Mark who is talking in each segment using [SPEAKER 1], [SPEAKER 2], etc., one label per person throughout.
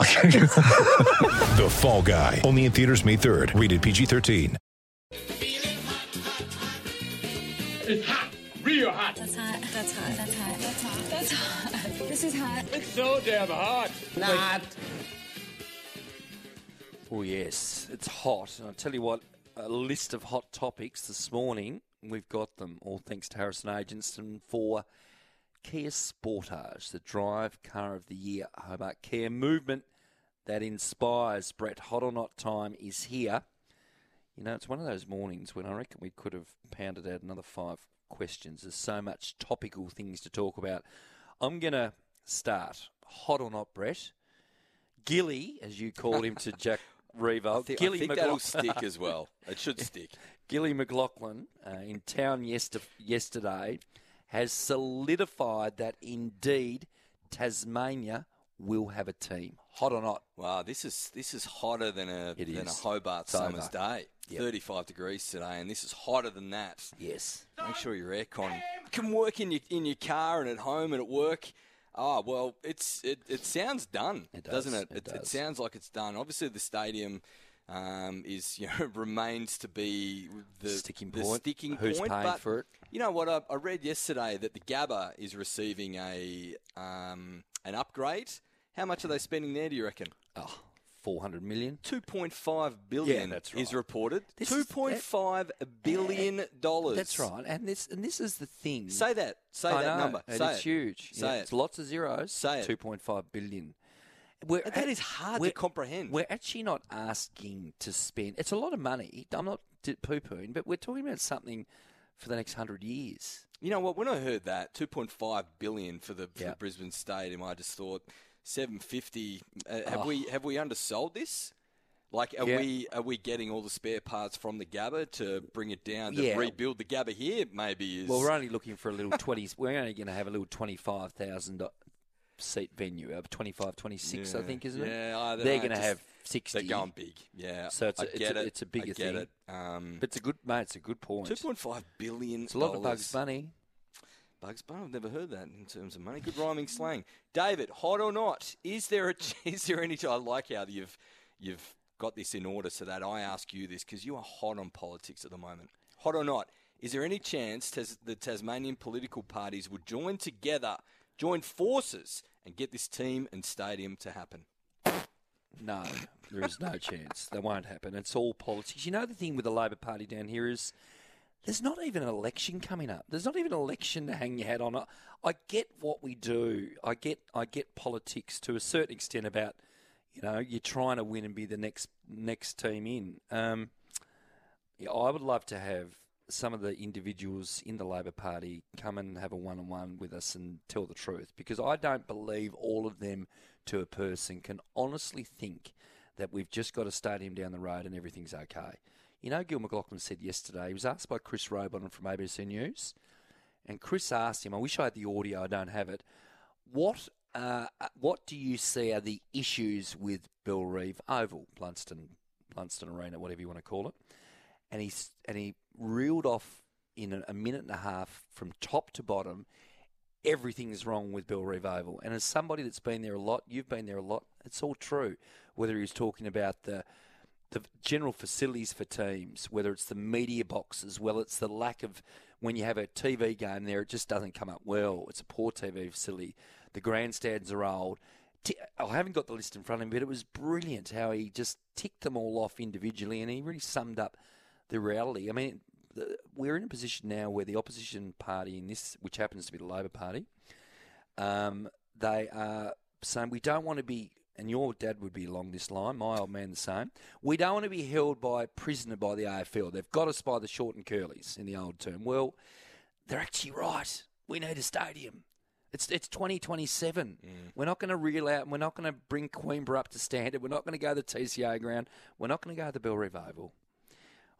[SPEAKER 1] The Fall Guy. Only in theaters May 3rd. Rated PG-13.
[SPEAKER 2] It's hot, real hot.
[SPEAKER 3] That's hot. That's hot. That's hot. That's hot. That's hot. This is hot.
[SPEAKER 2] It's so damn hot.
[SPEAKER 4] Oh yes, it's hot. And I'll tell you what, a list of hot topics this morning. We've got them all thanks to Harrison Agenson for Kia Sportage, the drive car of the year. Hobart Care movement that inspires. Brett, hot or not time is here. You know, it's one of those mornings when I reckon we could have pounded out another five questions. There's so much topical things to talk about. I'm going to start. Hot or not, Brett? Gilly, as you called him to Jack Revo.
[SPEAKER 5] I think,
[SPEAKER 4] Gilly
[SPEAKER 5] I think
[SPEAKER 4] McLaughlin-
[SPEAKER 5] that'll stick as well. It should stick.
[SPEAKER 4] Gilly McLaughlin uh, in town yester- yesterday has solidified that indeed Tasmania will have a team. Hot or not?
[SPEAKER 5] Wow, this is this is hotter than a
[SPEAKER 4] It
[SPEAKER 5] than
[SPEAKER 4] is.
[SPEAKER 5] a Hobart
[SPEAKER 4] It's
[SPEAKER 5] summer's
[SPEAKER 4] over.
[SPEAKER 5] day.
[SPEAKER 4] Yep.
[SPEAKER 5] Thirty-five degrees today, and this is hotter than that.
[SPEAKER 4] Yes.
[SPEAKER 5] Make sure your aircon can work in your in your car and at home and at work. Ah, well, it's it, it sounds done,
[SPEAKER 4] It
[SPEAKER 5] does, not
[SPEAKER 4] does,
[SPEAKER 5] it?
[SPEAKER 4] it
[SPEAKER 5] It, it
[SPEAKER 4] does.
[SPEAKER 5] sounds like it's done. Obviously, the stadium um, is you know remains to be the
[SPEAKER 4] Sticking
[SPEAKER 5] the
[SPEAKER 4] point.
[SPEAKER 5] sticking
[SPEAKER 4] Who's
[SPEAKER 5] point,
[SPEAKER 4] paying
[SPEAKER 5] but
[SPEAKER 4] for it?
[SPEAKER 5] You know what? I, I read yesterday that the Gabba is receiving a um, an upgrade. How much are they spending there? Do you reckon?
[SPEAKER 4] Oh, 400 million.
[SPEAKER 5] 2.5 billion
[SPEAKER 4] Yeah, that's
[SPEAKER 5] is
[SPEAKER 4] right.
[SPEAKER 5] reported.
[SPEAKER 4] This is-
[SPEAKER 5] 2.5 billion dollars.
[SPEAKER 4] That's right. And this and this is the thing.
[SPEAKER 5] Say that. Say
[SPEAKER 4] I
[SPEAKER 5] that
[SPEAKER 4] know,
[SPEAKER 5] number.
[SPEAKER 4] and
[SPEAKER 5] Say
[SPEAKER 4] it's
[SPEAKER 5] it.
[SPEAKER 4] huge.
[SPEAKER 5] Say
[SPEAKER 4] Yeah,
[SPEAKER 5] it.
[SPEAKER 4] It's lots of zeros.
[SPEAKER 5] Say it.
[SPEAKER 4] 2.5 billion. We're
[SPEAKER 5] And that is hard to
[SPEAKER 4] we're-
[SPEAKER 5] comprehend.
[SPEAKER 4] We're actually not asking to spend. It's a lot of money. I'm not poo pooing, but we're talking about something for the next hundred years.
[SPEAKER 5] You know what? When I heard that 2.5 billion for the, for
[SPEAKER 4] Yeah.
[SPEAKER 5] the Brisbane Stadium, I just thought 750. Uh, have we have we undersold this? Like, are
[SPEAKER 4] Oh. Yeah.
[SPEAKER 5] we are we getting all the spare parts from the Gabba to bring it down to
[SPEAKER 4] Yeah.
[SPEAKER 5] rebuild the Gabba here? Maybe is
[SPEAKER 4] Well, we're only looking for a little 20. we're only going to have a little 25,000 seat venue, uh, 25, 26, I
[SPEAKER 5] Yeah.
[SPEAKER 4] think, isn't it?
[SPEAKER 5] Yeah, I don't
[SPEAKER 4] They're
[SPEAKER 5] know,
[SPEAKER 4] going to
[SPEAKER 5] just-
[SPEAKER 4] have 60.
[SPEAKER 5] they're going big. Yeah,
[SPEAKER 4] So it's
[SPEAKER 5] I
[SPEAKER 4] a- it's
[SPEAKER 5] get
[SPEAKER 4] a-
[SPEAKER 5] it.
[SPEAKER 4] it's a bigger
[SPEAKER 5] I get
[SPEAKER 4] thing.
[SPEAKER 5] It. Um,
[SPEAKER 4] But it's a good, mate, it's a good point.
[SPEAKER 5] 2.5 billion.
[SPEAKER 4] It's a lot of Bugs
[SPEAKER 5] dollars.
[SPEAKER 4] Bunny.
[SPEAKER 5] Bugs Bunny. I've never heard that in terms of money. Good rhyming slang. David, hot or not? Is there a? Is there any? I like how you've you've got this in order so that I ask you this because you are hot on politics at the moment. Hot or not? Is there any chance Tas- the Tasmanian political parties would join together, join forces, and get this team and stadium to happen?
[SPEAKER 4] No, there is no chance. That won't happen. It's all politics. You know the thing with the Labor Party down here is there's not even an election coming up. There's not even an election to hang your hat on. I- I get what we do. I get I get politics to a certain extent about you know you're trying to win and be the next next team in. Um, yeah, I would love to have some of the individuals in the Labor Party come and have a one on one with us and tell the truth because I don't believe all of them to a person can honestly think that we've just got a stadium down the road and everything's okay. You know, Gil McLaughlin said yesterday, he was asked by Chris Robon from ABC News, and Chris asked him, I wish I had the audio, I don't have it, what uh, what do you see are the issues with Bill Reeve Oval, Blunston, Blunston Arena, whatever you want to call it? and he s- and he reeled off in a, a minute and a half from top to bottom everything's wrong with Bill Reeve Oval. And as somebody that's been there a lot, you've been there a lot. It's all true. Whether he's talking about the the general facilities for teams, whether it's the media boxes, well, it's the lack of when you have a TV game there, it just doesn't come up well. It's a poor TV facility. The grandstands are old. T- I haven't got the list in front of me, but it was brilliant how he just ticked them all off individually, and he really summed up the reality. I mean, the, we're in a position now where the opposition party in this, which happens to be the Labor Party, um, they are saying we don't want to be, and your dad would be along this line, my old man the same. We don't want to be held by prisoner by the AFL. They've got us by the short and curlies in the old term. Well, they're actually right. We need a stadium. It's it's 2027. We're not going to reel out. and We're not going to bring Coimbra up to standard. We're not going to go to the TCA ground. We're not going to go to the Bell Reeve Oval.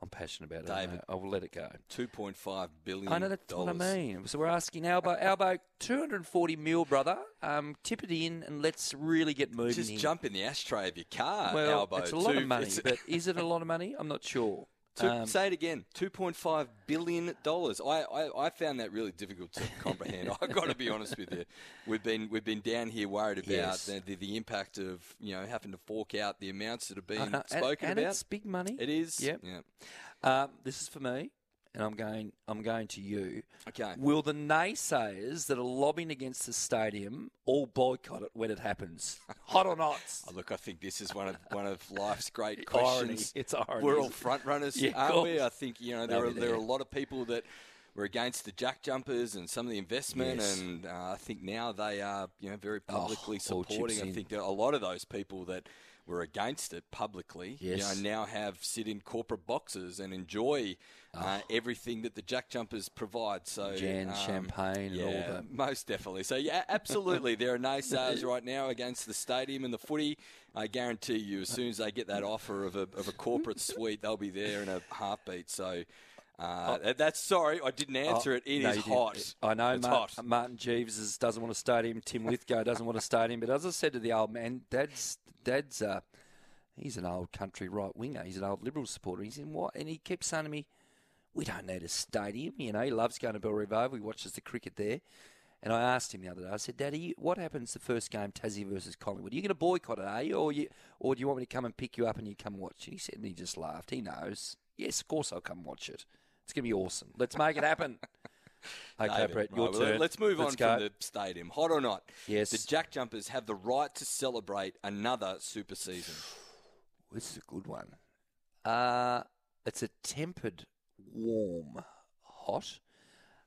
[SPEAKER 4] I'm passionate about it.
[SPEAKER 5] David.
[SPEAKER 4] mate. I will let it go.
[SPEAKER 5] Two point five billion.
[SPEAKER 4] I know that's
[SPEAKER 5] dollars.
[SPEAKER 4] what I mean. So we're asking Albo, Albo, 240 mil, brother. Um, tip it in and let's really get moving.
[SPEAKER 5] Just
[SPEAKER 4] here.
[SPEAKER 5] jump in the ashtray of your car.
[SPEAKER 4] Well,
[SPEAKER 5] Albo.
[SPEAKER 4] it's a lot
[SPEAKER 5] Two-
[SPEAKER 4] of money,
[SPEAKER 5] it's-
[SPEAKER 4] but is it a lot of money? I'm not sure.
[SPEAKER 5] Two,
[SPEAKER 4] Um,
[SPEAKER 5] say it again. Two point five billion dollars. I, I, I found that really difficult to comprehend. I've got to be honest with you. We've been we've been down here worried about
[SPEAKER 4] Yes.
[SPEAKER 5] the, the, the impact of you know having to fork out the amounts that have
[SPEAKER 4] I
[SPEAKER 5] been
[SPEAKER 4] know, Uh-huh. and-
[SPEAKER 5] spoken
[SPEAKER 4] and
[SPEAKER 5] about.
[SPEAKER 4] it's big money.
[SPEAKER 5] It is.
[SPEAKER 4] Yep.
[SPEAKER 5] Yeah.
[SPEAKER 4] Um, this is for me, and I'm going. I'm going to you.
[SPEAKER 5] Okay.
[SPEAKER 4] Will the naysayers that are lobbying against the stadium all boycott it when it happens? Hot or not?
[SPEAKER 5] Oh, look, I think this is one of one of life's great
[SPEAKER 4] Irony.
[SPEAKER 5] questions.
[SPEAKER 4] It's irony.
[SPEAKER 5] We're all front runners,
[SPEAKER 4] Yeah, of
[SPEAKER 5] aren't we?
[SPEAKER 4] course.
[SPEAKER 5] I think you know there
[SPEAKER 4] They'll
[SPEAKER 5] are
[SPEAKER 4] be
[SPEAKER 5] there are a
[SPEAKER 4] there.
[SPEAKER 5] lot of people that were against the jack jumpers and some of the investment,
[SPEAKER 4] Yes. Oh,
[SPEAKER 5] and uh, I think now they are you know very publicly
[SPEAKER 4] all chips
[SPEAKER 5] supporting. I
[SPEAKER 4] in.
[SPEAKER 5] think that a lot of those people that were against it publicly, you
[SPEAKER 4] Yes.
[SPEAKER 5] know, now have sit in corporate boxes and enjoy
[SPEAKER 4] Ah.
[SPEAKER 5] uh, everything that the jack jumpers provide. So
[SPEAKER 4] Jan,
[SPEAKER 5] um,
[SPEAKER 4] champagne, and all
[SPEAKER 5] yeah,
[SPEAKER 4] that.
[SPEAKER 5] most definitely. So yeah, absolutely. there are naysayers right now against the stadium and the footy. I guarantee you, as soon as they get that offer of a, of a corporate suite, they'll be there in a heartbeat. So uh, that- that's sorry, I didn't answer it. It is
[SPEAKER 4] Oh. No, you didn't.
[SPEAKER 5] hot.
[SPEAKER 4] I know
[SPEAKER 5] It's
[SPEAKER 4] Mar-
[SPEAKER 5] hot.
[SPEAKER 4] Martin Jeeves is- doesn't want a stadium. Tim Lithgow doesn't want a stadium. But as I said to the old man, Dad's Dad's uh, he's an old country right winger. He's an old Liberal supporter. He's in what? And he kept saying to me, "We don't need a stadium." You know, he loves going to Bell Revive. He watches the cricket there. And I asked him the other day. I said, "Daddy, what happens the first game, Tassie versus Collingwood? Are you going to boycott it? Are you, or you, or do you want me to come and pick you up and you come and watch?" And he said, and he just laughed. He knows. Yes, of course I'll come watch it. It's going to be awesome. Let's make it happen. Okay,
[SPEAKER 5] David.
[SPEAKER 4] Brett,
[SPEAKER 5] Right,
[SPEAKER 4] your
[SPEAKER 5] well,
[SPEAKER 4] turn.
[SPEAKER 5] Let's move on
[SPEAKER 4] go.
[SPEAKER 5] from the stadium. Hot or not?
[SPEAKER 4] Yes.
[SPEAKER 5] The Jack Jumpers have the right to celebrate another super season.
[SPEAKER 4] This is a good one. Uh, it's a tempered, warm, hot.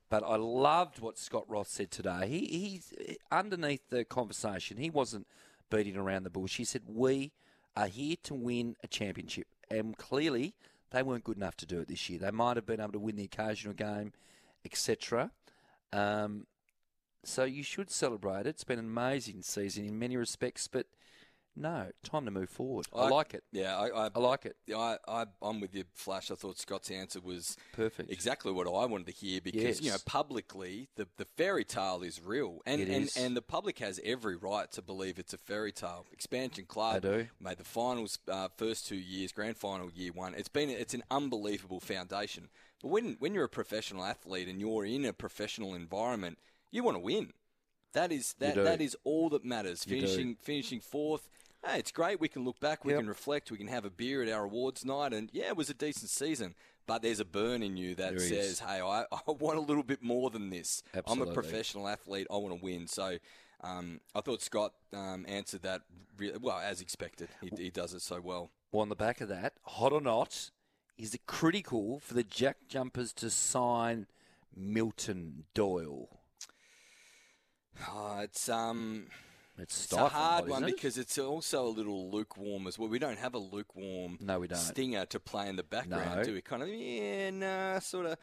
[SPEAKER 4] But I loved what Scott Roth said today. He, he's underneath the conversation. He wasn't beating around the bush. He said, "We are here to win a championship," and clearly they weren't good enough to do it this year. They might have been able to win the occasional game, etc. Um, so you should celebrate it. It's been an amazing season in many respects, but no, time to move forward. I, like it.
[SPEAKER 5] Yeah, I, I,
[SPEAKER 4] I like it.
[SPEAKER 5] Yeah, I, I, I'm with you, Flash. I thought Scott's answer was
[SPEAKER 4] Perfect.
[SPEAKER 5] exactly what I wanted to hear because you know
[SPEAKER 4] Yes.
[SPEAKER 5] publicly the, the fairy tale is real, and
[SPEAKER 4] It
[SPEAKER 5] and,
[SPEAKER 4] is.
[SPEAKER 5] and the public has every right to believe it's a fairy tale. Expansion club
[SPEAKER 4] They do.
[SPEAKER 5] made the finals uh, first two years, grand final year one. It's been it's an unbelievable foundation. But when when you're a professional athlete and you're in a professional environment, you want to win. That is that
[SPEAKER 4] do.
[SPEAKER 5] that is all that matters.
[SPEAKER 4] You do.
[SPEAKER 5] Finishing finishing fourth. Hey, it's great. We can look back. We
[SPEAKER 4] Yep.
[SPEAKER 5] can reflect. We can have a beer at our awards night. And yeah, it was a decent season. But there's a burn in you that
[SPEAKER 4] There is.
[SPEAKER 5] says, "Hey, I, I want a little bit more than this. I'm a
[SPEAKER 4] Absolutely.
[SPEAKER 5] professional athlete. I want to win." So. Um, I thought Scott um, answered that really, well as expected. He, he does it so well.
[SPEAKER 4] Well, on the back of that, hot or not, is it critical for the Jack Jumpers to sign Milton Doyle?
[SPEAKER 5] Uh, it's um,
[SPEAKER 4] It's,
[SPEAKER 5] It's a hard one because it's also a little lukewarm as well. We don't have a lukewarm
[SPEAKER 4] No, we don't.
[SPEAKER 5] stinger to play in the background,
[SPEAKER 4] No.
[SPEAKER 5] do we? Kind of, yeah, nah, sort of.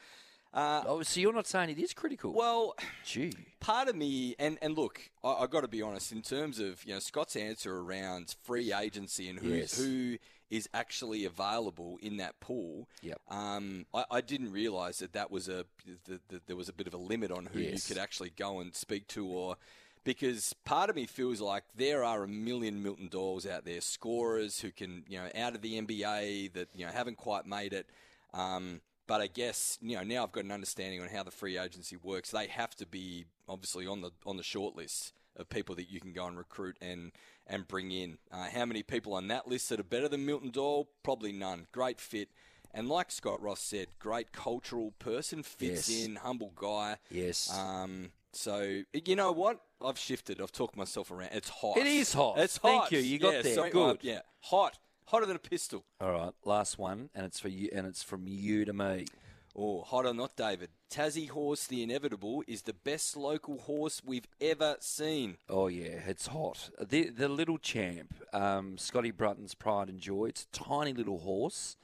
[SPEAKER 5] Uh,
[SPEAKER 4] Oh, so you're not saying it is critical?
[SPEAKER 5] well,
[SPEAKER 4] gee,
[SPEAKER 5] part of me, and, and look, I, I got to be honest, in terms of you know Scott's answer around free agency and who,
[SPEAKER 4] Yes.
[SPEAKER 5] who is actually available in that pool,
[SPEAKER 4] Yep.
[SPEAKER 5] um, I, I didn't realise that that was a that, that there was a bit of a limit on who
[SPEAKER 4] Yes.
[SPEAKER 5] you could actually go and speak to or. Because part of me feels like there are a million Milton Doyles out there, scorers who can, you know, out of the NBA that you know haven't quite made it. Um, but I guess you know now I've got an understanding on how the free agency works. They have to be obviously on the on the short list of people that you can go and recruit and and bring in. Uh, how many people on that list that are better than Milton Doyle? Probably none. Great fit, and like Scott Ross said, great cultural person fits
[SPEAKER 4] Yes.
[SPEAKER 5] in, humble guy.
[SPEAKER 4] yes.
[SPEAKER 5] Um, so you know what? I've shifted. I've talked myself around. It's hot.
[SPEAKER 4] It is hot.
[SPEAKER 5] It's
[SPEAKER 4] Thank
[SPEAKER 5] hot.
[SPEAKER 4] you. You got
[SPEAKER 5] Yeah,
[SPEAKER 4] there.
[SPEAKER 5] sorry, uh,
[SPEAKER 4] Good.
[SPEAKER 5] yeah, hot. Hotter than a pistol.
[SPEAKER 4] All right, last one, and it's for you, and it's from you to me.
[SPEAKER 5] Oh, hot or not, David. Tassie Horse the Inevitable is the best local horse we've ever seen.
[SPEAKER 4] Oh yeah, it's hot. The the little champ, um, Scotty Brunton's pride and joy. It's a tiny little horse.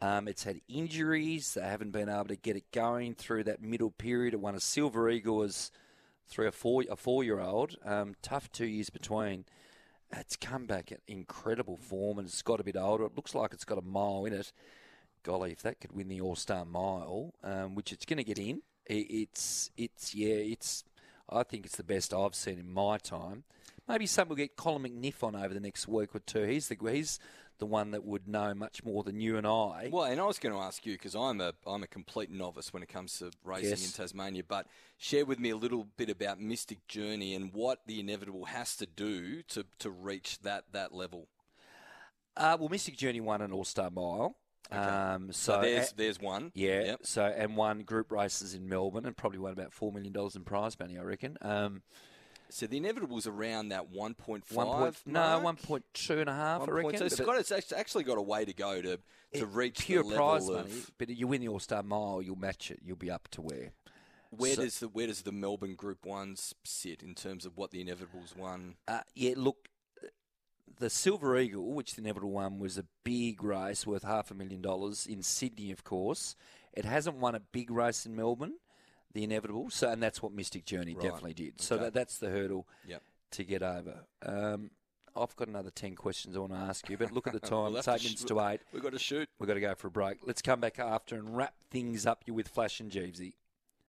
[SPEAKER 4] Um, it's had injuries. They haven't been able to get it going through that middle period. It won a silver eagle as three or four a four year old. Um, tough two years between. It's come back at incredible form and it's got a bit older. It looks like it's got a mile in it. golly, if that could win the All Star Mile, um, which it's going to get in, i it's it's yeah, it's. I think it's the best I've seen in my time. Maybe some will get Colin McNiff on over the next week or two. He's the he's the one that would know much more than you and I.
[SPEAKER 5] Well, and I was going to ask you because I'm a I'm a complete novice when it comes to racing
[SPEAKER 4] Yes.
[SPEAKER 5] in Tasmania. But share with me a little bit about Mystic Journey and what the inevitable has to do to, to reach that that level.
[SPEAKER 4] Uh, well, Mystic Journey won an All Star Mile. Um, so
[SPEAKER 5] there's
[SPEAKER 4] a-
[SPEAKER 5] there's one.
[SPEAKER 4] Yeah.
[SPEAKER 5] Yep.
[SPEAKER 4] So and won group races in Melbourne and probably won about four million dollars in prize money, I reckon. Um,
[SPEAKER 5] So the inevitable's around that 1.5.
[SPEAKER 4] one point, no,
[SPEAKER 5] mark?
[SPEAKER 4] one point two and a half,
[SPEAKER 5] One
[SPEAKER 4] I
[SPEAKER 5] point-
[SPEAKER 4] reckon.
[SPEAKER 5] So it's,
[SPEAKER 4] but
[SPEAKER 5] got, it's act- actually got a way to go to, to reach
[SPEAKER 4] pure
[SPEAKER 5] the level
[SPEAKER 4] prize
[SPEAKER 5] of
[SPEAKER 4] money, but you win the All Star Mile, you'll match it. You'll be up to where.
[SPEAKER 5] where
[SPEAKER 4] So-
[SPEAKER 5] does the where does the Melbourne Group Ones sit in terms of what the inevitables won.
[SPEAKER 4] Uh, yeah, look, the Silver Eagle, which the Inevitable won, was a big race worth half a million dollars in Sydney, of course. It hasn't won a big race in Melbourne, the Inevitable, so and that's what Mystic Journey
[SPEAKER 5] Right,
[SPEAKER 4] definitely did. So
[SPEAKER 5] okay.
[SPEAKER 4] that, that's the hurdle
[SPEAKER 5] Yep.
[SPEAKER 4] to get over. Um, I've got another 10 questions I want to ask you, but look at the
[SPEAKER 5] We'll
[SPEAKER 4] time.
[SPEAKER 5] have
[SPEAKER 4] it's
[SPEAKER 5] to
[SPEAKER 4] eight
[SPEAKER 5] sh-
[SPEAKER 4] minutes to eight.
[SPEAKER 5] We've got to shoot.
[SPEAKER 4] We've got to go for a break. Let's come back after and wrap things up you with Flash and Jeevesy.